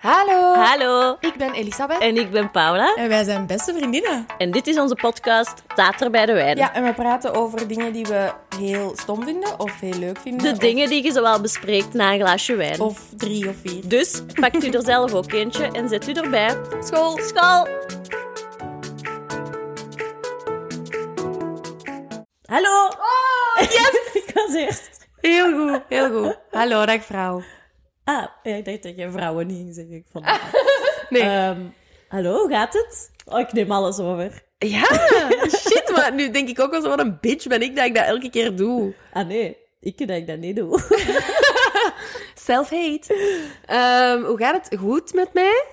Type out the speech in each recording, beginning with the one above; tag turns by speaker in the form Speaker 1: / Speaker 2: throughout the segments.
Speaker 1: Hallo.
Speaker 2: Hallo,
Speaker 1: Ik ben Elisabeth.
Speaker 2: en ik ben Paula.
Speaker 1: En wij zijn beste vriendinnen.
Speaker 2: En dit is onze podcast Tater bij de Wijn.
Speaker 1: Ja, en we praten over dingen die we heel stom vinden of heel leuk vinden.
Speaker 2: De
Speaker 1: of-
Speaker 2: dingen die je zowel bespreekt na een glaasje wijn.
Speaker 1: Of drie of vier.
Speaker 2: Dus pakt u er zelf ook eentje en zet u erbij.
Speaker 1: School.
Speaker 2: School! Hallo!
Speaker 1: Oh,
Speaker 2: Yes! ik was eerst.
Speaker 1: Heel goed, heel goed. Hallo, dag vrouw.
Speaker 2: Ah, ja, ik dacht dat je vrouwen niet ging zeggen. Ik vond het-
Speaker 1: Nee.
Speaker 2: Ehm, hallo, hoe gaat het? Oh, ik neem alles over.
Speaker 3: Ja, shit, maar nu denk ik ook wel zo, wat een bitch ben ik dat ik dat elke keer doe.
Speaker 2: Ah nee, ik denk dat ik dat niet doe.
Speaker 3: Self-hate. Ehm, hoe gaat het? Goed met mij?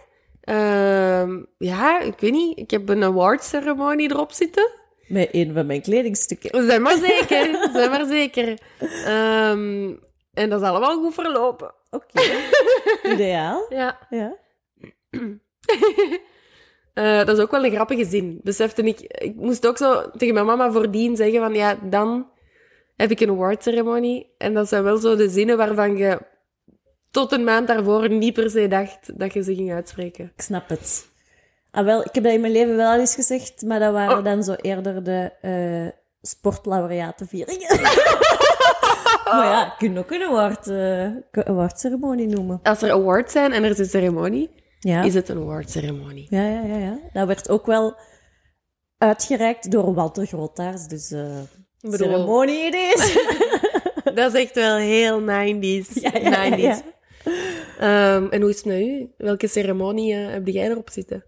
Speaker 3: Ehm, ja, ik weet niet. Ik heb een awardsceremonie erop zitten.
Speaker 2: Met een van mijn kledingstukken.
Speaker 3: Zijn maar zeker, zijn maar zeker. Ehm, en dat is allemaal goed verlopen.
Speaker 2: Oké. Ideaal.
Speaker 3: Ja.
Speaker 2: Ja.
Speaker 3: Eh, dat is ook wel een grappige zin. Besefte ik, ik moest ook zo tegen mijn mama voordien zeggen van ja, dan heb ik een awardceremonie. En dat zijn wel zo de zinnen waarvan je tot een maand daarvoor niet per se dacht dat je ze ging uitspreken.
Speaker 2: Ik snap het. Ah, wel, ik heb dat in mijn leven wel al eens gezegd, maar dat
Speaker 3: Oh.
Speaker 2: waren dan zo eerder de eh sportlaureatenvieringen. maar ja, je kunt ook een award, eh, een awardceremonie noemen.
Speaker 3: Als er awards zijn en er is een ceremonie,
Speaker 2: Ja.
Speaker 3: is het een awardceremonie.
Speaker 2: ja, ja, ja, ja. Dat werd ook wel uitgereikt door Walter Grotaars, dus eh
Speaker 3: Ik bedoel,
Speaker 2: ceremonie idee.
Speaker 3: dat is echt wel heel 90s.
Speaker 2: Ja, ja, ja,
Speaker 3: 90s.
Speaker 2: ja.
Speaker 3: Ehm, en hoe is het met u? Welke ceremonie eh, heb jij erop zitten?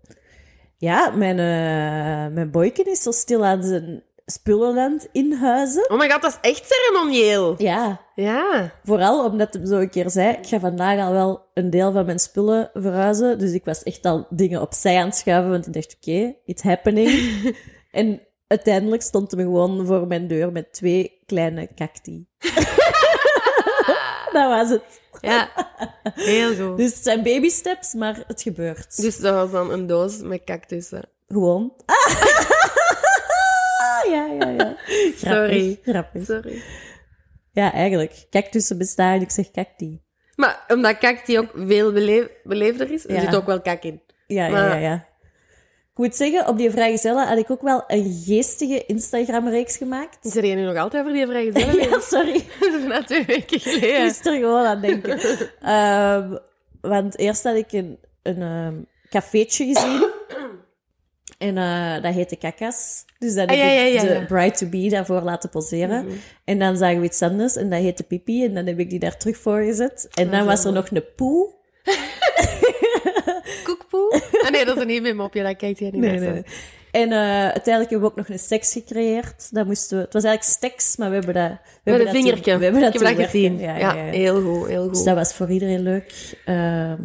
Speaker 2: ja, mijn, eh mijn boyken is zo stil aan zijn spullen aan het inhuizen.
Speaker 3: Oh my god, dat is echt ceremonieel.
Speaker 2: Ja,
Speaker 3: Ja.
Speaker 2: Vooral omdat hij zo een keer zei, ik ga vandaag al wel een deel van mijn spullen verhuizen. Dus ik was echt al dingen opzij aan het schuiven, want ik dacht, oké, it's happening. en uiteindelijk stond hem gewoon voor mijn deur met twee kleine cacti. dat was het.
Speaker 3: Ja, heel goed.
Speaker 2: Dus het zijn baby steps, maar het gebeurt.
Speaker 3: Dus dat was dan een doos met cactussen.
Speaker 2: Gewoon. Ah, ja, ja, ja. Grappig,
Speaker 3: Sorry.
Speaker 2: Grappig.
Speaker 3: Sorry.
Speaker 2: Ja, eigenlijk. Cactussen bestaan en ik zeg cacti.
Speaker 3: Maar omdat cacti ook veel beleef- beleefder is, er
Speaker 2: Ja.
Speaker 3: zit ook wel kak in.
Speaker 2: Ja, ja,
Speaker 3: Maar-
Speaker 2: ja, ja. Ik moet zeggen, op die vrijgezellen had ik ook wel een geestige Instagram-reeks gemaakt.
Speaker 3: Zit je nu nog altijd voor die vrijgezellen? Dus
Speaker 2: Ja, sorry.
Speaker 3: Vanaf twee weken
Speaker 2: Ik
Speaker 3: geleden.
Speaker 2: moest er gewoon aan denken. Ehm, want eerst had ik een, een ehm, cafeetje gezien. En eh, dat heette Kakas. Dus dan heb
Speaker 3: Ah, ja, ja, ja,
Speaker 2: ik
Speaker 3: ja. Mhm.
Speaker 2: de bride-to-be daarvoor laten poseren. En dan zagen we iets anders en dat heette Pipi. En dan heb ik die daar terug voor gezet.
Speaker 3: Ah,
Speaker 2: En dan was er nog een poe.
Speaker 3: Koekpoe? Ah nee, dat is een heel mopje, dat kijkt jij niet
Speaker 2: Nee,
Speaker 3: naar.
Speaker 2: nee,
Speaker 3: zo.
Speaker 2: nee. En eh, uiteindelijk hebben we ook nog een seks gecreëerd. Dat moesten we, het was eigenlijk steks, maar we hebben dat... We
Speaker 3: Met
Speaker 2: hebben
Speaker 3: een
Speaker 2: dat
Speaker 3: vingertje.
Speaker 2: toen- we hebben dat,
Speaker 3: Ik heb
Speaker 2: toen
Speaker 3: dat gezien.
Speaker 2: werken.
Speaker 3: Ja,
Speaker 2: Ja, ja, ja.
Speaker 3: heel goed, heel
Speaker 2: Dus
Speaker 3: goed.
Speaker 2: dat was voor iedereen leuk. Ehm,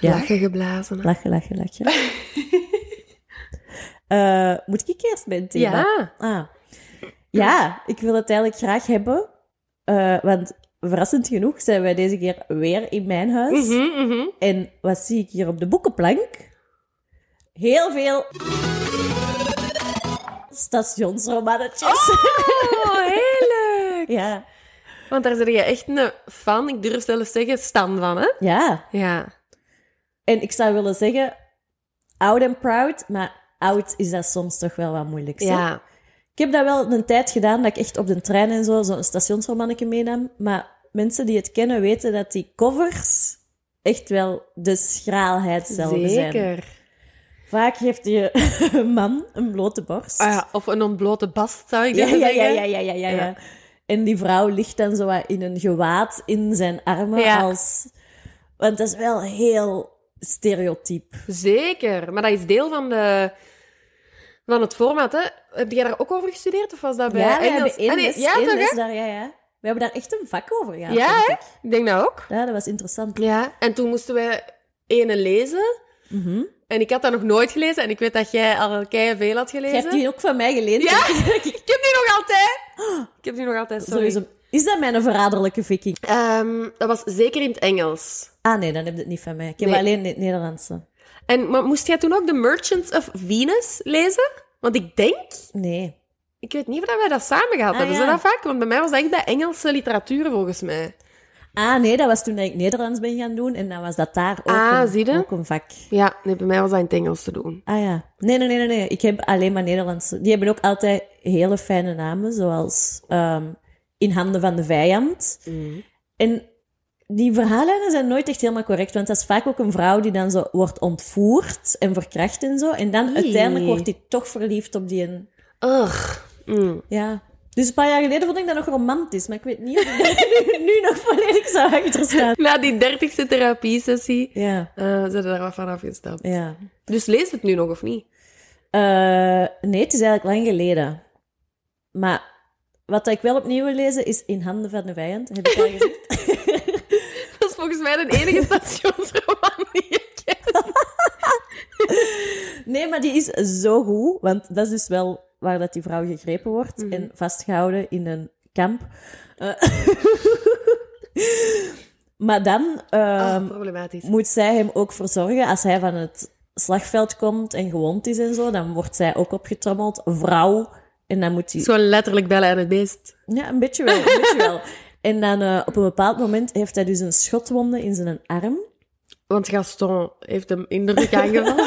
Speaker 2: ja.
Speaker 3: Lachen geblazen. hè.
Speaker 2: Lachen, lachen, lachen. Eh, moet ik eerst mijn thema?
Speaker 3: Ja.
Speaker 2: Ah. Ja, ik wil het eigenlijk graag hebben. eh, want verrassend genoeg zijn wij deze keer weer in mijn huis.
Speaker 3: Mhm, mhm.
Speaker 2: En wat zie ik hier op de boekenplank? Heel veel stationsromannetjes.
Speaker 3: Oh, heel leuk.
Speaker 2: Ja,
Speaker 3: Want daar ben je echt een fan, ik durf zelfs zeggen, stan van, hè?
Speaker 2: ja.
Speaker 3: Ja.
Speaker 2: En ik zou willen zeggen, oud en proud, maar oud is dat soms toch wel wat moeilijk. zeg.
Speaker 3: Ja.
Speaker 2: Ik heb dat wel een tijd gedaan, dat ik echt op de trein en zo zo'n stationsromannetje meenam. Maar mensen die het kennen weten dat die covers echt wel de schraalheid zelf zijn.
Speaker 3: Zeker.
Speaker 2: Vaak heeft die man een blote borst.
Speaker 3: Ah ja, of een ontblote bast, zou ik
Speaker 2: Ja,
Speaker 3: willen
Speaker 2: ja, ja,
Speaker 3: zeggen.
Speaker 2: ja, ja, ja, ja,
Speaker 3: Ja.
Speaker 2: ja. En die vrouw ligt dan zo wat in een gewaad in zijn armen
Speaker 3: Ja.
Speaker 2: als... Want dat is wel heel stereotyp.
Speaker 3: Zeker, maar dat is deel van, de, van het format. Hè? Heb jij daar ook over gestudeerd? Of was dat bij
Speaker 2: ja, we
Speaker 3: Engels?
Speaker 2: hebben één
Speaker 3: Ah, nee,
Speaker 2: les,
Speaker 3: ja,
Speaker 2: één
Speaker 3: toch,
Speaker 2: les
Speaker 3: hè?
Speaker 2: daar, ja, ja. We hebben daar echt een vak over gehad,
Speaker 3: Ja,
Speaker 2: denk
Speaker 3: hè?
Speaker 2: ik.
Speaker 3: Ik denk dat ook.
Speaker 2: Ja, dat was interessant.
Speaker 3: Ja, en toen moesten we ene lezen.
Speaker 2: Mhm.
Speaker 3: En ik had dat nog nooit gelezen. En ik weet dat jij al keihard veel had
Speaker 2: Je
Speaker 3: gelezen.
Speaker 2: hebt die ook van mij geleend.
Speaker 3: Ja,
Speaker 2: denk ik.
Speaker 3: ik heb die nog altijd. Ik heb die nog altijd, sorry.
Speaker 2: Sowieso. Is dat mijn verraderlijke viking?
Speaker 3: Ehm, dat was zeker in het Engels.
Speaker 2: Ah nee, dan heb je het niet van mij. Ik heb
Speaker 3: Nee.
Speaker 2: alleen het Nederlandse.
Speaker 3: En maar moest jij toen ook The Merchants of Venus lezen? Want ik denk
Speaker 2: Nee.
Speaker 3: Ik weet niet of dat wij dat samen gehad
Speaker 2: Ah,
Speaker 3: hebben.
Speaker 2: ja.
Speaker 3: Zijn dat vaak? Want bij mij was dat echt bij Engelse literatuur, volgens mij.
Speaker 2: Ah, nee, dat was toen dat ik Nederlands ben gaan doen. En dan was dat daar ook,
Speaker 3: Ah,
Speaker 2: een,
Speaker 3: zie je?
Speaker 2: ook een vak.
Speaker 3: Ja, nee, bij mij was dat in het Engels te doen.
Speaker 2: Ah ja. Nee, nee, nee, nee, nee. Ik heb alleen maar Nederlandse. Die hebben ook altijd hele fijne namen, zoals ehm, In handen van de vijand. En die verhaallijnen zijn nooit echt helemaal correct, want dat is vaak ook een vrouw die dan zo wordt ontvoerd en verkracht en zo. En dan
Speaker 3: Oei.
Speaker 2: uiteindelijk wordt die toch verliefd op die... een-
Speaker 3: Ugh. Mm.
Speaker 2: Ja. Dus een paar jaar geleden vond ik dat nog romantisch, maar ik weet niet of ik dat nu, nu nog volledig zou achterstaan.
Speaker 3: Na die dertigste therapie-sessie
Speaker 2: Ja,
Speaker 3: eh zijn we daar wat van afgestapt.
Speaker 2: ja.
Speaker 3: Dus lees het nu nog, of niet?
Speaker 2: Eh, nee, het is eigenlijk lang geleden. Maar wat ik wel opnieuw wil lezen is In handen van de vijand. Heb ik al gezegd?
Speaker 3: Dat is volgens mij de enige stationsroman die ik ken.
Speaker 2: Nee, maar die is zo goed. Want dat is dus wel waar dat die vrouw gegrepen wordt en vastgehouden in een kamp. Eh, maar dan
Speaker 3: Ah,
Speaker 2: ehm,
Speaker 3: problematisch.
Speaker 2: moet zij hem ook verzorgen als hij van het slagveld komt en gewond is en zo. Dan wordt zij ook opgetrommeld, vrouw. En dan moet hij
Speaker 3: Zo letterlijk bellen aan het beest.
Speaker 2: Ja, een beetje wel. Een beetje wel. En dan eh, op een bepaald moment heeft hij dus een schotwonde in zijn arm.
Speaker 3: Want Gaston heeft hem in de rug aangevallen.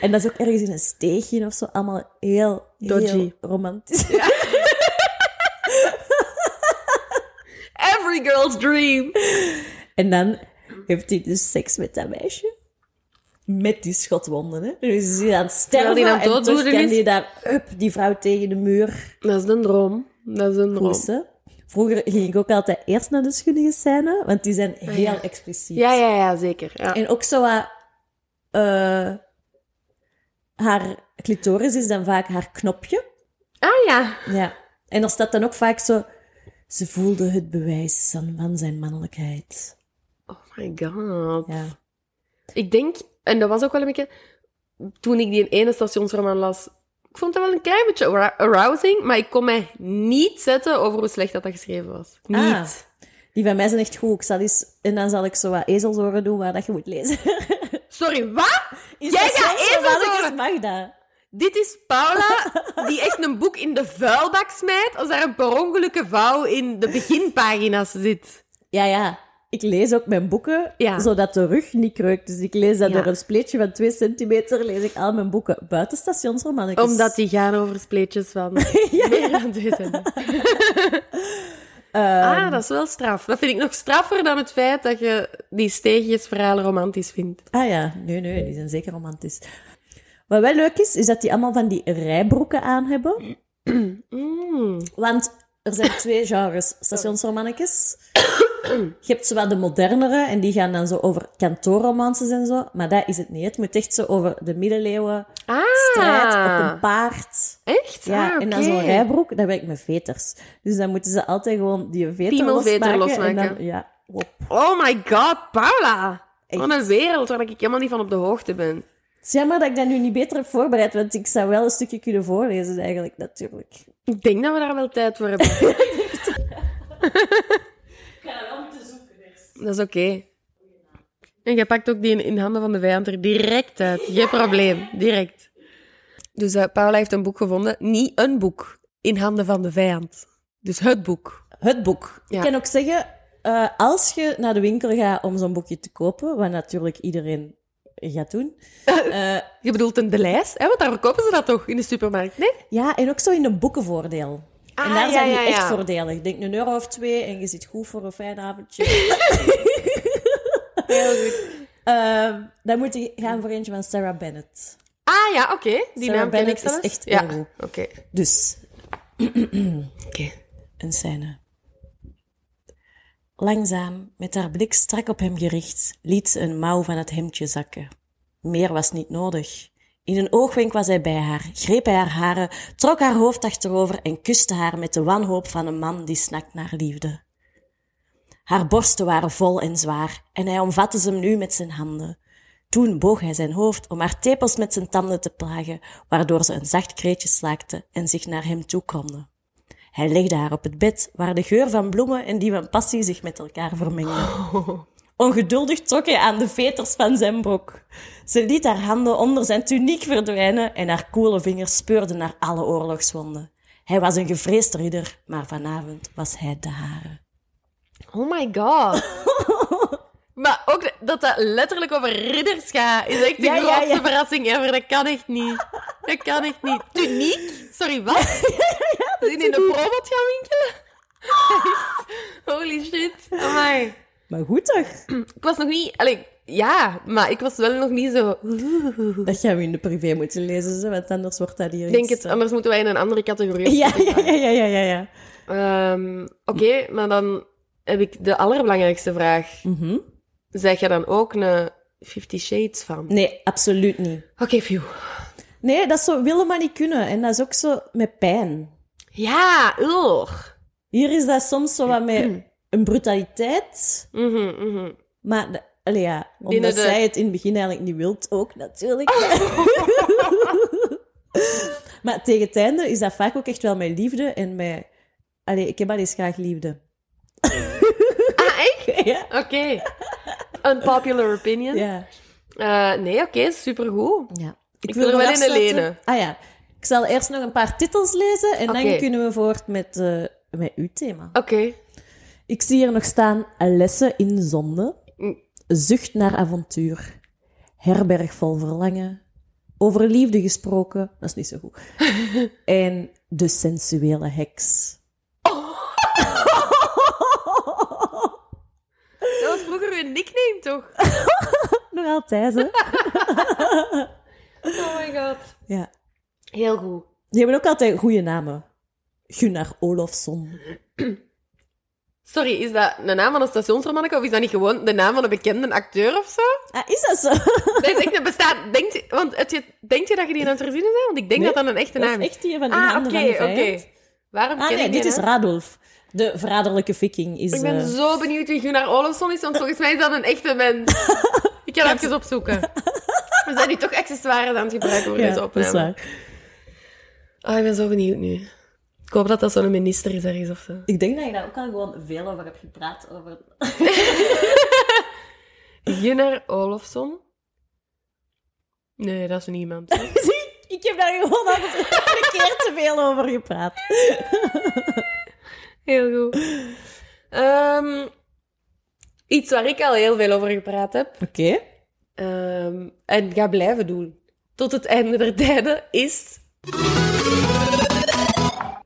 Speaker 2: En dat is ook ergens in een steegje of zo. Allemaal heel, heel
Speaker 3: Dodgy.
Speaker 2: romantisch.
Speaker 3: Every girl's dream.
Speaker 2: En dan heeft hij dus seks met dat meisje. Met die schotwonden, hè. Dus is hij aan het sterven
Speaker 3: Terwijl hij aan
Speaker 2: en
Speaker 3: het
Speaker 2: toch
Speaker 3: doodbloeden
Speaker 2: kan
Speaker 3: is.
Speaker 2: hij daar, up, die vrouw tegen de muur
Speaker 3: Dat is een droom. Dat is een droom.
Speaker 2: poesten. Vroeger ging ik ook altijd eerst naar de schunnige scène, want die zijn heel
Speaker 3: Oh
Speaker 2: expliciet.
Speaker 3: Ja, ja, ja, zeker. Ja.
Speaker 2: En ook zo wat... eh, haar clitoris is dan vaak haar knopje.
Speaker 3: Ah ja.
Speaker 2: Ja. En er staat dan ook vaak zo... Ze voelde het bewijs van, van zijn mannelijkheid.
Speaker 3: Oh my god.
Speaker 2: Ja.
Speaker 3: Ik denk, en dat was ook wel een beetje... Toen ik die ene stationsroman las... Ik vond dat wel een klein beetje arou- arousing, maar ik kon mij niet zetten over hoe slecht dat, dat geschreven was. Niet.
Speaker 2: Ah. Die van mij zijn echt goed. Ik zal eens, en dan zal ik zo wat ezelsoren doen waar dat je moet lezen.
Speaker 3: Sorry, wat?
Speaker 2: Is
Speaker 3: Jij
Speaker 2: dat
Speaker 3: gaat
Speaker 2: zelfs zo
Speaker 3: ezelsoren?
Speaker 2: mannelijk als Magda.
Speaker 3: Dit is Paula, die echt een boek in de vuilbak smijt als daar een per ongelukke vouw in de beginpagina's zit.
Speaker 2: Ja, ja. Ik lees ook mijn boeken,
Speaker 3: Ja.
Speaker 2: zodat de rug niet kreukt. Dus ik lees dat
Speaker 3: Ja.
Speaker 2: door een spleetje van twee centimeter, lees ik al mijn boeken. Buiten stationsromannetjes.
Speaker 3: Omdat die gaan over spleetjes van meer dan twee centimeter. ah, dat is wel straf. Dat vind ik nog straffer dan het feit dat je die steegjesverhalen romantisch vindt.
Speaker 2: Ah ja, nee, nee, die zijn zeker romantisch. Wat wel leuk is, is dat die allemaal van die rijbroeken aan hebben.
Speaker 3: Mm.
Speaker 2: Want er zijn twee genres stationsromannetjes. Je hebt zowel de modernere, en die gaan dan zo over kantoorromances en zo. Maar dat is het niet. Het moet echt zo over de middeleeuwen,
Speaker 3: Ah,
Speaker 2: strijd op een paard.
Speaker 3: echt?
Speaker 2: Ah. Ja,
Speaker 3: ah,
Speaker 2: en
Speaker 3: oké.
Speaker 2: dan zo'n rijbroek, dat werkt met veters. Dus dan moeten ze altijd gewoon die veter
Speaker 3: Piemelveter
Speaker 2: losmaken. En dan,
Speaker 3: losmaken.
Speaker 2: ja, hop.
Speaker 3: Oh my god, Paula!
Speaker 2: Echt.
Speaker 3: Wat een wereld waar ik helemaal niet van op de hoogte ben.
Speaker 2: Het is jammer dat ik dat nu niet beter heb voorbereid, want ik zou wel een stukje kunnen voorlezen eigenlijk, natuurlijk.
Speaker 3: Ik denk dat we daar wel tijd voor hebben.
Speaker 2: Ik ga dat wel moeten zoeken eerst.
Speaker 3: Dat is oké. En jij pakt ook die in, in handen van de vijand er direct uit. Geen probleem, direct. Dus eh, Paula heeft een boek gevonden. Niet een boek. In handen van de vijand. Dus het boek.
Speaker 2: Het boek.
Speaker 3: Ja.
Speaker 2: Ik kan ook zeggen, eh, als je naar de winkel gaat om zo'n boekje te kopen, wat natuurlijk iedereen gaat doen. eh,
Speaker 3: Je bedoelt een de lijst, hè? Want daar verkopen ze dat toch in de supermarkt? Nee?
Speaker 2: ja, en ook zo in een boekenvoordeel.
Speaker 3: Ah,
Speaker 2: en daar
Speaker 3: ja,
Speaker 2: zijn die
Speaker 3: ja,
Speaker 2: echt
Speaker 3: ja.
Speaker 2: voordelig. Denk een euro of twee en je zit goed voor een fijn avondje.
Speaker 3: Heel goed.
Speaker 2: Ehm, dan moet je gaan voor eentje van Sarah Bennett.
Speaker 3: Ah ja, oké. Die
Speaker 2: Sarah
Speaker 3: naam ken ik
Speaker 2: Bennett is
Speaker 3: zelfs.
Speaker 2: echt
Speaker 3: ja.
Speaker 2: heel goed.
Speaker 3: Oké.
Speaker 2: Dus,
Speaker 3: Oké.
Speaker 2: een scène. Langzaam, met haar blik strak op hem gericht, liet ze een mouw van het hemdje zakken. Meer was niet nodig. In een oogwenk was hij bij haar, greep hij haar haren, trok haar hoofd achterover en kuste haar met de wanhoop van een man die snakt naar liefde. Haar borsten waren vol en zwaar en hij omvatte ze nu met zijn handen. Toen boog hij zijn hoofd om haar tepels met zijn tanden te plagen, waardoor ze een zacht kreetje slaakte en zich naar hem toe kromde. Hij legde haar op het bed, waar de geur van bloemen en die van passie zich met elkaar vermengden. Ongeduldig trok hij aan de veters van zijn broek. Ze liet haar handen onder zijn tuniek verdwijnen en haar koele vingers speurden naar alle oorlogswonden. Hij was een gevreesde ridder, maar vanavond was hij de hare.
Speaker 3: Oh my god. maar ook de- dat dat letterlijk over ridders gaat, is echt de
Speaker 2: Ja, ja,
Speaker 3: grootste
Speaker 2: ja.
Speaker 3: verrassing ever. Dat kan echt niet. Dat kan echt niet. Tuniek? Sorry, wat? Zijn in de probot gaan winkelen? Echt? Holy shit. Amai.
Speaker 2: Maar goed toch?
Speaker 3: Ik was nog niet... Allee, ja, maar ik was wel nog niet zo...
Speaker 2: Dat gaan we in de privé moeten lezen, ze, want anders wordt dat hier
Speaker 3: Ik denk
Speaker 2: iets,
Speaker 3: het,
Speaker 2: eh,
Speaker 3: anders moeten wij in een andere categorie.
Speaker 2: Ja, ja, ja, ja, ja, ja. ja.
Speaker 3: Ehm, Oké, maar dan heb ik de allerbelangrijkste vraag.
Speaker 2: Mhm.
Speaker 3: Zeg je dan ook een Fifty Shades van?
Speaker 2: Nee, absoluut niet.
Speaker 3: Oké, view.
Speaker 2: Nee, dat zou willen maar niet kunnen. En dat is ook zo met pijn.
Speaker 3: Ja, ugh.
Speaker 2: Hier is dat soms zo wat met een brutaliteit.
Speaker 3: Mhm, mhm.
Speaker 2: Maar, de- allee, ja,
Speaker 3: Binnen
Speaker 2: omdat
Speaker 3: de-
Speaker 2: zij het in het begin eigenlijk niet wilt, ook natuurlijk.
Speaker 3: Oh.
Speaker 2: maar tegen het einde is dat vaak ook echt wel met liefde en met... Allee, ik heb al eens graag liefde.
Speaker 3: Ah, echt?
Speaker 2: ja.
Speaker 3: Oké. Unpopular opinion.
Speaker 2: ja.
Speaker 3: Eh, nee, oké, supergoed.
Speaker 2: Ja.
Speaker 3: Ik wil er wel
Speaker 2: nog
Speaker 3: in
Speaker 2: afsluiten.
Speaker 3: lenen.
Speaker 2: Ah ja. Ik zal eerst nog een paar titels lezen en
Speaker 3: Oké.
Speaker 2: dan kunnen we voort met, eh, met uw thema.
Speaker 3: Oké.
Speaker 2: Ik zie hier nog staan lessen in zonde,
Speaker 3: Mm.
Speaker 2: zucht naar avontuur, herberg vol verlangen, over liefde gesproken, dat is niet zo goed, en de sensuele heks.
Speaker 3: Dat was vroeger uw nickname, toch?
Speaker 2: Nog altijd, hè?
Speaker 3: Oh my god.
Speaker 2: Ja.
Speaker 3: Heel goed.
Speaker 2: Die hebben ook altijd goede namen. Gunnar Olofsson.
Speaker 3: Sorry, is dat een naam van een stationsromantica of is dat niet gewoon de naam van een bekende acteur of zo?
Speaker 2: Ah, is dat zo?
Speaker 3: Dat is echt een bestaat. Denkt, je- want het, je- denkt je dat je die aan het verzinnen bent? Want ik denk
Speaker 2: Nee,
Speaker 3: dat dat een echte
Speaker 2: Dat
Speaker 3: naam
Speaker 2: is
Speaker 3: is.
Speaker 2: echt die van in
Speaker 3: ah,
Speaker 2: handen
Speaker 3: oké,
Speaker 2: van de
Speaker 3: oké.
Speaker 2: vijand.
Speaker 3: Waarom
Speaker 2: Ah
Speaker 3: ken
Speaker 2: nee,
Speaker 3: ik
Speaker 2: dit
Speaker 3: die
Speaker 2: is
Speaker 3: naam?
Speaker 2: Radolf. De verraderlijke viking is...
Speaker 3: Ik ben
Speaker 2: eh,
Speaker 3: zo benieuwd wie Gunnar Olofsson is, want volgens mij is dat een echte mens. Ik ga dat even opzoeken. We zijn nu toch accessoires aan het gebruiken voor
Speaker 2: ja,
Speaker 3: deze
Speaker 2: dat is
Speaker 3: opname.
Speaker 2: waar.
Speaker 3: Ah, ik ben zo benieuwd nu. Ik hoop dat dat zo'n minister is ergens of zo.
Speaker 2: Ik denk dat je daar ook al gewoon veel over hebt gepraat. Over...
Speaker 3: Gunnar Olofsson? Nee, dat is niemand.
Speaker 2: Zie, ik heb daar gewoon al een keer te veel over gepraat.
Speaker 3: Heel goed. Ehm, iets waar ik al heel veel over gepraat heb.
Speaker 2: Oké.
Speaker 3: Ehm, en ga blijven doen. Tot het einde der tijden is.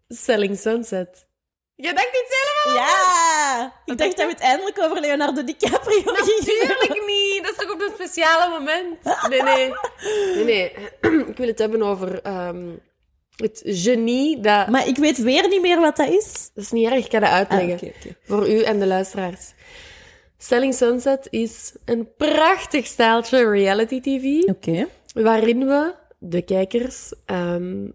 Speaker 3: Selling Sunset. Je dacht niet zelf al?
Speaker 2: Ja!
Speaker 3: dacht
Speaker 2: Ik dacht dat we het eindelijk over Leonardo DiCaprio gingen.
Speaker 3: Natuurlijk niet. Dat is toch op een speciale moment? Nee, nee. Nee, nee. Ik wil het hebben over ehm, het genie. Dat...
Speaker 2: Maar ik weet weer niet meer wat dat is.
Speaker 3: dat is niet erg, ik kan dat
Speaker 2: Ah,
Speaker 3: uitleggen.
Speaker 2: oké, oké.
Speaker 3: Voor u en de luisteraars. Selling Sunset is een prachtig staaltje reality TV.
Speaker 2: Oké.
Speaker 3: waarin we, de kijkers, ehm,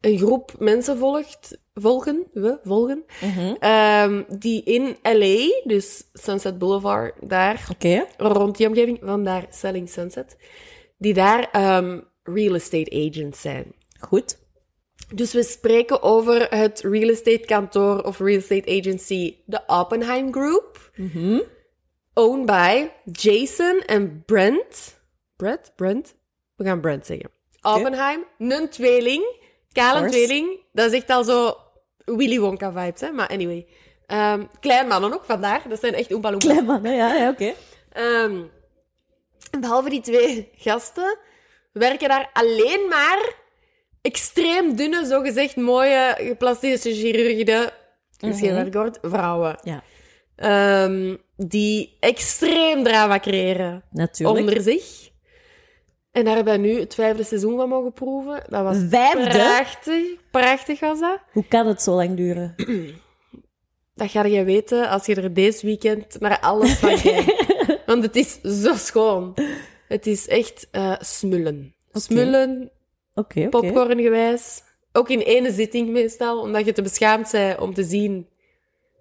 Speaker 3: een groep mensen volgt, volgen, we volgen,
Speaker 2: Mhm.
Speaker 3: ehm, die in LA, dus Sunset Boulevard, daar
Speaker 2: Oké.
Speaker 3: rond die omgeving, vandaar Selling Sunset, die daar ehm, real estate agents zijn.
Speaker 2: Goed.
Speaker 3: Dus we spreken over het real estate kantoor of real estate agency, de Oppenheim Group,
Speaker 2: Mhm.
Speaker 3: owned by Jason en Brent. Brent? Brent? We gaan Brent zeggen. Oppenheim, een tweeling, kale
Speaker 2: course.
Speaker 3: tweeling. Dat is echt al zo Willy Wonka vibes, hè? Maar anyway. Ehm, klein mannen ook, vandaar. Dat zijn echt Oompa Loompa.
Speaker 2: Klein man, hè? ja, ja oké.
Speaker 3: Ehm, behalve die twee gasten werken daar alleen maar extreem dunne, zogezegd mooie plastische chirurgen, misschien mm vrouwen.
Speaker 2: Ja,
Speaker 3: Ehm, die extreem drama creëren
Speaker 2: natuurlijk.
Speaker 3: onder zich. En daar hebben we nu het vijfde seizoen van mogen proeven. Dat was
Speaker 2: Vijfde?
Speaker 3: prachtig. Prachtig was dat.
Speaker 2: Hoe kan het zo lang duren?
Speaker 3: Dat ga je weten als je er deze weekend naar alles van kijkt. Want het is zo schoon. Het is echt eh, smullen. Smullen,
Speaker 2: Oké, oké.
Speaker 3: popcorngewijs. Ook in ene zitting meestal, omdat je te beschaamd bent om te zien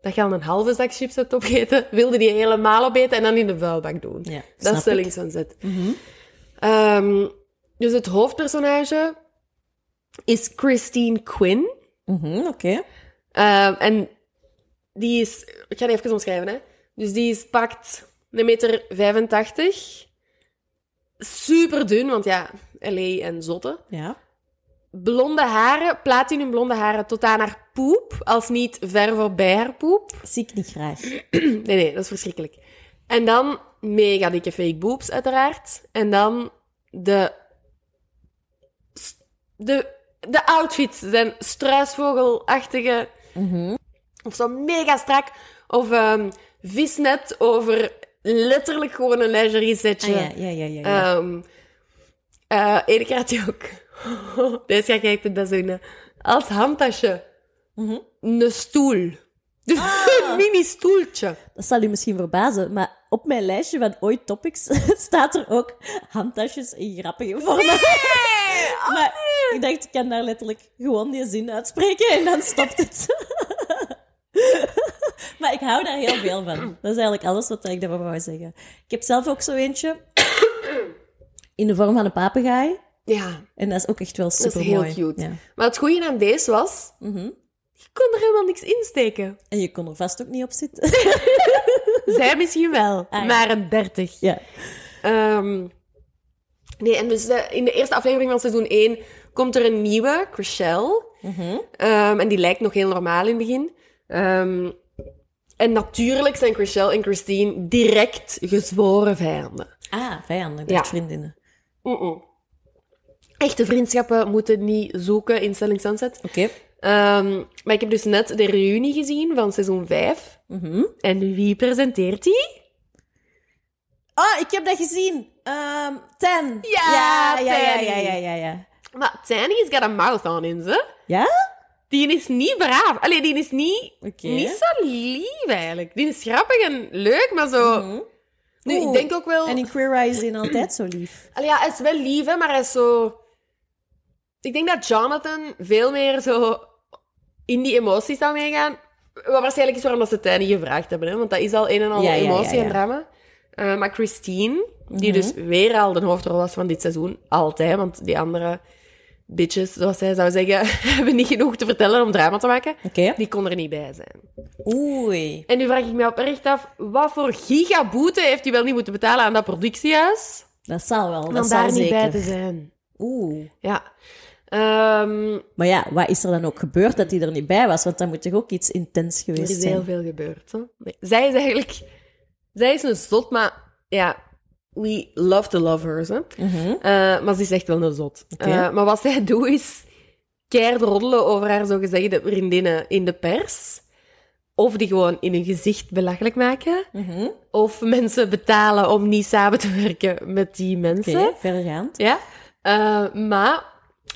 Speaker 3: dat je al een halve zak chips hebt opgegeten. Wilde die helemaal opeten en dan in de vuilbak doen.
Speaker 2: Ja,
Speaker 3: dat is
Speaker 2: snap ik. Mhm.
Speaker 3: stelling zet. Ehm, dus het hoofdpersonage is Christine Quinn.
Speaker 2: Mhm, Oké.
Speaker 3: Ehm, en die is... Ik ga die even omschrijven, hè. Dus die is pakt 1,85 meter. 85. Super dun, want ja, LA E en zotte.
Speaker 2: Ja.
Speaker 3: blonde haren, platinum blonde haren tot aan haar poep, als niet ver voorbij haar poep.
Speaker 2: Zie ik niet graag.
Speaker 3: nee, nee, dat is verschrikkelijk. En dan mega dikke fake boobs, uiteraard. En dan de... s- De, de outfits zijn struisvogelachtige...
Speaker 2: Mhm.
Speaker 3: Of zo mega strak. Of ehm, visnet over letterlijk gewoon een lingerie
Speaker 2: Ah,
Speaker 3: setje.
Speaker 2: ja, ja, ja, ja. ja.
Speaker 3: Ehm eh Erik had die ook. Deze ga ik het best doen. hè. Als handtasje.
Speaker 2: Mhm. Ah.
Speaker 3: Een stoel. een mini stoeltje.
Speaker 2: Dat zal u misschien verbazen, maar op mijn lijstje van ooit topics staat er ook handtasjes in grappige vormen. maar ik dacht, ik kan daar letterlijk gewoon die zin uitspreken en dan stopt het. maar ik hou daar heel veel van. Dat is eigenlijk alles wat ik daarover wou zeggen. Ik heb zelf ook zo eentje in de vorm van een papegaai.
Speaker 3: Ja,
Speaker 2: En dat is ook echt wel
Speaker 3: dat is
Speaker 2: super
Speaker 3: heel cute. Maar het goede aan deze was... Je kon er helemaal niks insteken.
Speaker 2: En je kon er vast ook niet op zitten.
Speaker 3: Zij misschien wel,
Speaker 2: ja.
Speaker 3: maar een dertig.
Speaker 2: ja.
Speaker 3: Ah, Ehm, nee, en dus eh, in de eerste aflevering van seizoen 1 komt er een nieuwe, Chriselle. Ehm, en die lijkt nog heel normaal in het begin. Ehm, en natuurlijk zijn Chriselle en Christine direct gezworen vijanden.
Speaker 2: Ah, vijanden, ik dacht
Speaker 3: Ja.
Speaker 2: vriendinnen.
Speaker 3: Mm-mm. Echte vriendschappen moeten niet zoeken in Selling Sunset.
Speaker 2: Oké.
Speaker 3: Ehm, maar ik heb dus net de reunie gezien van seizoen 5.
Speaker 2: Mhm.
Speaker 3: En wie presenteert die?
Speaker 2: Oh, ik heb dat gezien. Ehm, ten.
Speaker 3: Ja,
Speaker 2: ja, ja, ja,
Speaker 3: Ten.
Speaker 2: ja, ja, ja, ja.
Speaker 3: Maar Tanny's got a mouth on in ze.
Speaker 2: Ja?
Speaker 3: Die is niet braaf. Allee, die is niet,
Speaker 2: Oké.
Speaker 3: niet zo lief eigenlijk. Die is grappig en leuk, maar zo... Nu, ik
Speaker 2: Mhm. Oeh.
Speaker 3: denk ook wel...
Speaker 2: En in Queer Eye is hij altijd zo lief.
Speaker 3: Allee, ja, hij is wel lief, hè, maar hij is zo... Ik denk dat Jonathan veel meer zo in die emoties zou meegaan. Wat waarschijnlijk is waarom dat ze Tiny gevraagd hebben, hè, want dat is al een en al
Speaker 2: Ja, ja,
Speaker 3: emotie
Speaker 2: ja, Mhm. ja.
Speaker 3: en drama. Eh, maar Christine, die dus weer al de hoofdrol was van dit seizoen, altijd, want die andere bitches, zoals zij zou zeggen, hebben niet genoeg te vertellen om drama te maken.
Speaker 2: Oké.
Speaker 3: Die kon er niet bij zijn.
Speaker 2: Oei.
Speaker 3: En nu vraag ik me oprecht af, wat voor gigaboete heeft hij wel niet moeten betalen aan dat productiehuis?
Speaker 2: Dat zal wel,
Speaker 3: Om
Speaker 2: dat zal
Speaker 3: daar niet bij
Speaker 2: zeker.
Speaker 3: te zijn.
Speaker 2: Oeh.
Speaker 3: Ja. Ehm,
Speaker 2: Maar ja, wat is er dan ook gebeurd dat hij er niet bij was? Want dan moet toch ook iets intens
Speaker 3: er
Speaker 2: geweest
Speaker 3: is
Speaker 2: zijn.
Speaker 3: heel veel gebeurd. Hè? Nee. Zij is eigenlijk... Zij is een zot, maar... Ja, we love the lovers. Hè?
Speaker 2: Mhm.
Speaker 3: Eh, maar ze is echt wel een zot.
Speaker 2: Oké.
Speaker 3: Eh, maar wat zij doet, is keihard roddelen over haar zogezegde vriendinnen in de pers. Of die gewoon in hun gezicht belachelijk maken.
Speaker 2: Mhm.
Speaker 3: Of mensen betalen om niet samen te werken met die
Speaker 2: Oké,
Speaker 3: mensen.
Speaker 2: vergaand.
Speaker 3: Ja. Eh, maar,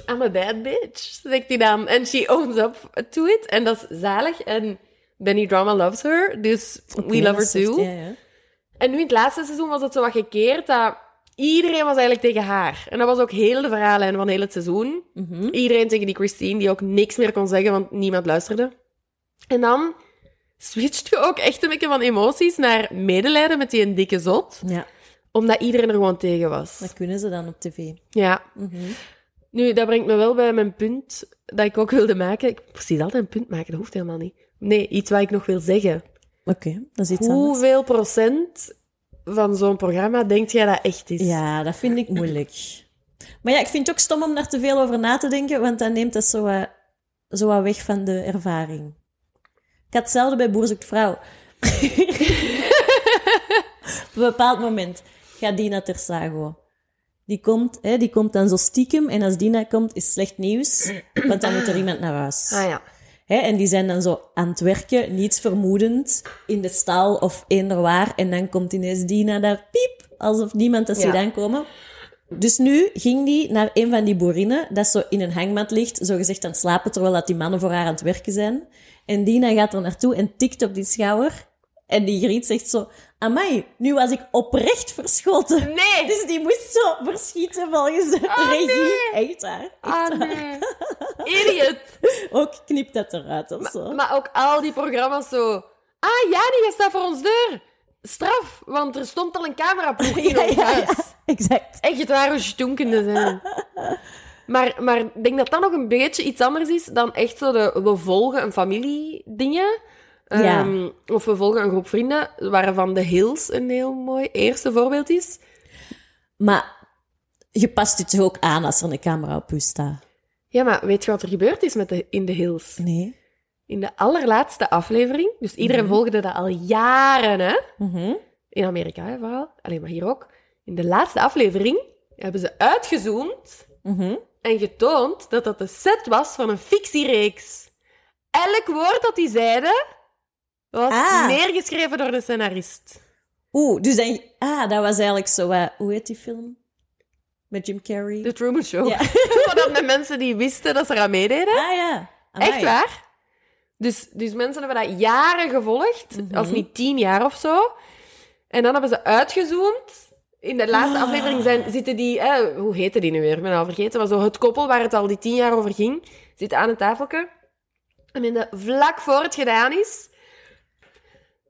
Speaker 3: I'm a bad bitch, zegt hij dan. En she owns up to it. En dat is zalig. En Benny Drama loves her. Dus
Speaker 2: Oké,
Speaker 3: we love
Speaker 2: dat
Speaker 3: her
Speaker 2: is echt-
Speaker 3: too.
Speaker 2: Ja, ja.
Speaker 3: En nu in het laatste seizoen was het zo wat gekeerd dat iedereen was eigenlijk tegen haar. En dat was ook heel de verhaallijn van heel het seizoen.
Speaker 2: Mhm.
Speaker 3: Iedereen tegen die Christine, die ook niks meer kon zeggen, want niemand luisterde. En dan switcht je ook echt een beetje van emoties naar medelijden met die een dikke zot.
Speaker 2: ja,
Speaker 3: Omdat iedereen er gewoon tegen was.
Speaker 2: dat kunnen ze dan op tv.
Speaker 3: Ja.
Speaker 2: Mhm.
Speaker 3: Nu, dat brengt me wel bij mijn punt dat ik ook wilde maken. Ik moet precies altijd een punt maken, dat hoeft helemaal niet. Nee, iets wat ik nog wil zeggen.
Speaker 2: Oké, dat is iets anders.
Speaker 3: Hoeveel procent van zo'n programma denkt jij dat echt is?
Speaker 2: Ja, dat vind ik moeilijk. Maar ja, ik vind het ook stom om daar te veel over na te denken, want dan neemt dat zo wat, zo wat weg van de ervaring. Ik had hetzelfde bij Boer zoekt vrouw. Op een bepaald moment gaat Dina Tersago. Die komt, hè, die komt dan zo stiekem en als Dina komt is slecht nieuws, want dan moet er iemand naar huis.
Speaker 3: Ah ja.
Speaker 2: Hè, en die zijn dan zo aan het werken, niets vermoedend, in de stal of eender waar. En dan komt ineens Dina daar, piep, alsof niemand dat ziet
Speaker 3: Ja.
Speaker 2: aankomen. Dus nu ging die naar een van die boerinnen, dat zo in een hangmat ligt, zogezegd aan het slapen, terwijl dat die mannen voor haar aan het werken zijn. En Dina gaat er naartoe en tikt op die schouder. En die griet zegt zo, amai, nu was ik oprecht verschoten.
Speaker 3: Nee!
Speaker 2: Dus die moest zo verschieten volgens de regie. Echt waar.
Speaker 3: Ah, nee. Idiot!
Speaker 2: Ook knipt dat eruit of zo.
Speaker 3: Maar ook al die programma's zo... Ah ja, die gaat staan voor ons deur. Straf, want er stond al een cameraploeg in ons huis.
Speaker 2: exact.
Speaker 3: Echt waar, hoe stoenkende zijn. Maar, maar ik denk dat dat nog een beetje iets anders is dan echt zo de we volgen een familie dingen.
Speaker 2: Ja.
Speaker 3: Ehm, Of we volgen een groep vrienden, waarvan de Hills een heel mooi eerste voorbeeld is.
Speaker 2: Maar je past je toch ook aan als er een camera op u staat?
Speaker 3: Ja, maar weet je wat er gebeurd is met de In the Hills?
Speaker 2: Nee.
Speaker 3: In de allerlaatste aflevering, dus iedereen volgde dat al jaren, hè?
Speaker 2: Mhm.
Speaker 3: In Amerika, hè, vooral. Alleen maar hier ook. In de laatste aflevering hebben ze uitgezoomd
Speaker 2: Mhm.
Speaker 3: en getoond dat dat de set was van een fictiereeks. Elk woord dat die zeiden was
Speaker 2: Ah.
Speaker 3: neergeschreven door de scenarist.
Speaker 2: Oeh, dus dan... Ah, dat was eigenlijk zo... eh, hoe heet die film? Met Jim Carrey?
Speaker 3: De Truman Show.
Speaker 2: Ja.
Speaker 3: Van dat de mensen die wisten dat ze eraan meededen.
Speaker 2: Ah, ja. Amai.
Speaker 3: Echt waar? Dus, dus mensen hebben dat jaren gevolgd,
Speaker 2: Mhm.
Speaker 3: als niet tien jaar of zo. En dan hebben ze uitgezoomd. In de laatste
Speaker 2: Ah.
Speaker 3: aflevering zijn, zitten die, eh, hoe heette die nu weer? Ik ben al vergeten. Maar zo het koppel waar het al die tien jaar over ging, zit aan een tafeltje. En in de, vlak voor het gedaan is,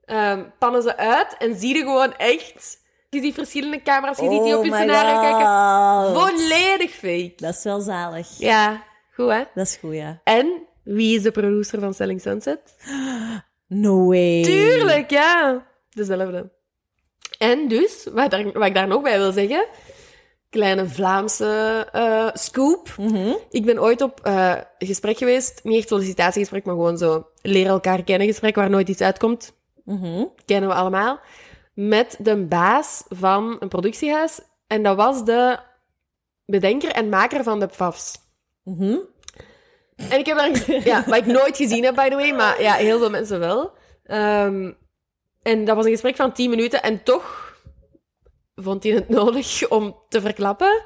Speaker 3: ehm, pannen ze uit en zie je gewoon echt. Je ziet verschillende camera's, je ziet die op je
Speaker 2: Oh my
Speaker 3: scenario kijken.
Speaker 2: God.
Speaker 3: Volledig fake.
Speaker 2: Dat is wel zalig.
Speaker 3: Ja, goed hè?
Speaker 2: Dat is goed, ja.
Speaker 3: En wie is de producer van Selling Sunset?
Speaker 2: No way.
Speaker 3: Tuurlijk, ja. Dezelfde. En dus, wat, daar- wat ik daar nog bij wil zeggen, kleine Vlaamse eh, scoop.
Speaker 2: Mhm.
Speaker 3: Ik ben ooit op eh, gesprek geweest, niet echt sollicitatiegesprek, maar gewoon zo leren elkaar kennen gesprek waar nooit iets uitkomt.
Speaker 2: Mhm.
Speaker 3: Kennen we allemaal. Met de baas van een productiehuis. En dat was de bedenker en maker van de PFAFs.
Speaker 2: Mhm.
Speaker 3: En ik heb ergens... Ja, wat ik nooit gezien heb, by the way. Maar ja, heel veel mensen wel. Ehm, en dat was een gesprek van 10 minuten. En toch vond hij het nodig om te verklappen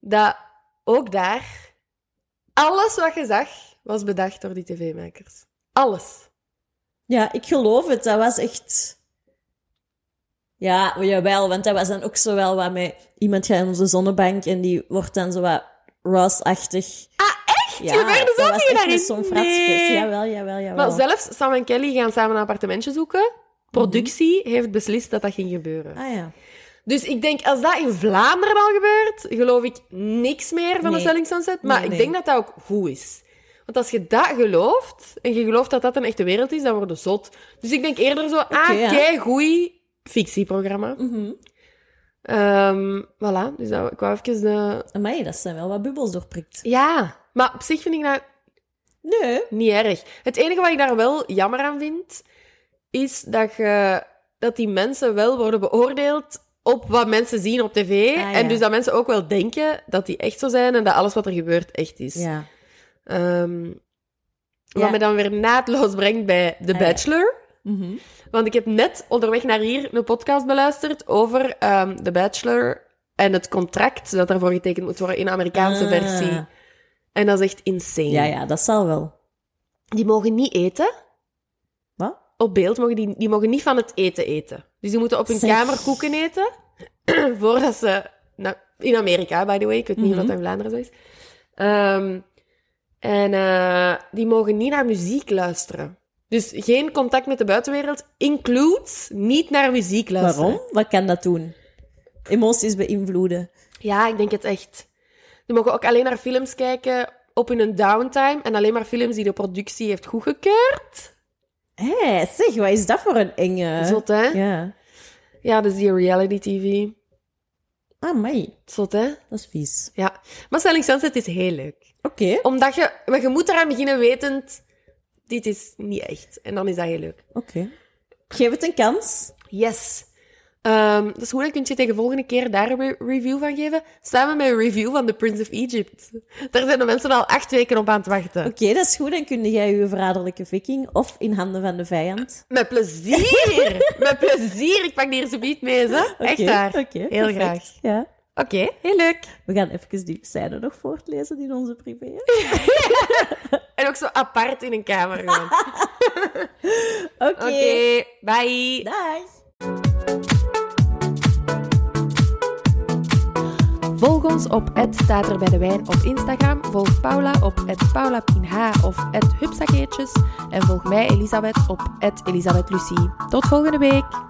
Speaker 3: dat ook daar alles wat je zag, was bedacht door die tv-makers. Alles.
Speaker 2: Ja, ik geloof het. Dat was echt... Ja, jawel, want dat was dan ook zo wel wat met... Iemand gaat in onze zonnebank en die wordt dan zo wat Ross-achtig. Ah, echt? Ja,
Speaker 3: Je werkte
Speaker 2: dat
Speaker 3: zelf
Speaker 2: was
Speaker 3: niet
Speaker 2: echt
Speaker 3: daarin?
Speaker 2: met zo'n fratsjes.
Speaker 3: Nee.
Speaker 2: Jawel, jawel, jawel.
Speaker 3: Maar zelfs Sam en Kelly gaan samen een appartementje zoeken. Productie heeft beslist dat dat ging gebeuren.
Speaker 2: Ah ja.
Speaker 3: Dus ik denk, als dat in Vlaanderen al gebeurt, geloof ik niks meer van
Speaker 2: Nee.
Speaker 3: de Selling Sunset. Maar
Speaker 2: Nee, nee.
Speaker 3: ik denk dat dat ook goed is. Want als je dat gelooft, en je gelooft dat dat een echte wereld is, dan word je zot. Dus ik denk eerder zo, ah,
Speaker 2: ja.
Speaker 3: kei goeie fictieprogramma.
Speaker 2: Mhm.
Speaker 3: Ehm, voilà, dus dat, ik wou even de...
Speaker 2: Amai, dat zijn wel wat bubbels doorprikt.
Speaker 3: Ja, maar op zich vind ik dat
Speaker 2: Nee.
Speaker 3: niet erg. Het enige wat ik daar wel jammer aan vind, is dat, je, dat die mensen wel worden beoordeeld op wat mensen zien op tv.
Speaker 2: Ah, ja.
Speaker 3: En dus dat mensen ook wel denken dat die echt zo zijn en dat alles wat er gebeurt echt is.
Speaker 2: Ja.
Speaker 3: Ehm, wat
Speaker 2: Ja.
Speaker 3: me dan weer naadloos brengt bij The
Speaker 2: Ah, ja.
Speaker 3: Bachelor.
Speaker 2: Mhm.
Speaker 3: Want ik heb net onderweg naar hier een podcast beluisterd over ehm, The Bachelor en het contract dat daarvoor getekend moet worden in de Amerikaanse
Speaker 2: Ah.
Speaker 3: versie. En dat is echt insane.
Speaker 2: Ja, ja, dat zal wel.
Speaker 3: Die mogen niet eten.
Speaker 2: Wat?
Speaker 3: Op beeld mogen die, die mogen niet van het eten eten. Dus die moeten op hun
Speaker 2: Zeg.
Speaker 3: kamer koeken eten. voordat ze... Nou, in Amerika, by the way. Ik weet niet of
Speaker 2: Mhm.
Speaker 3: dat in Vlaanderen zo is. Ehm, en eh, die mogen niet naar muziek luisteren. Dus geen contact met de buitenwereld includes niet naar muziek luisteren.
Speaker 2: Waarom? Wat kan dat doen? Emoties beïnvloeden.
Speaker 3: Ja, ik denk het echt. Die mogen ook alleen naar films kijken op hun downtime. En alleen maar films die de productie heeft goedgekeurd.
Speaker 2: Hé, zeg, wat is dat voor een enge...
Speaker 3: Zot, hè? Ja.
Speaker 2: Ja.
Speaker 3: dat is dus die reality TV.
Speaker 2: Amai,
Speaker 3: Zot, hè?
Speaker 2: dat is vies.
Speaker 3: Ja. Maar Selling Sunset is heel leuk.
Speaker 2: Oké.
Speaker 3: Omdat je... Maar je moet eraan beginnen wetend... Dit is niet echt. En dan is dat heel leuk.
Speaker 2: Oké. Geef het een kans.
Speaker 3: Yes. Ehm dus hoe kun je tegen volgende keer daar een re- review van geven? Samen met een review van The Prince of Egypt. Daar zijn de mensen al acht weken op aan het wachten.
Speaker 2: Oké, dat is goed. Dan kun jij je verraderlijke viking of in handen van de vijand.
Speaker 3: Met plezier! Met plezier! Ik pak die hier zo niet mee, hè? Echt
Speaker 2: Oké,
Speaker 3: waar.
Speaker 2: oké,
Speaker 3: heel
Speaker 2: perfect.
Speaker 3: graag.
Speaker 2: Ja.
Speaker 3: Oké, heel leuk.
Speaker 2: We gaan even die scène nog voortlezen in onze privé.
Speaker 3: En ook zo apart in een kamer gewoon. Oké,
Speaker 2: Oké.
Speaker 3: bye!
Speaker 2: Dag.
Speaker 3: Volg ons op het staat er bij de wijn op Instagram. Volg Paula op het paulapinh of het hupsakeertjes. En volg mij Elisabeth op het Elisabeth Lucie. Tot volgende week!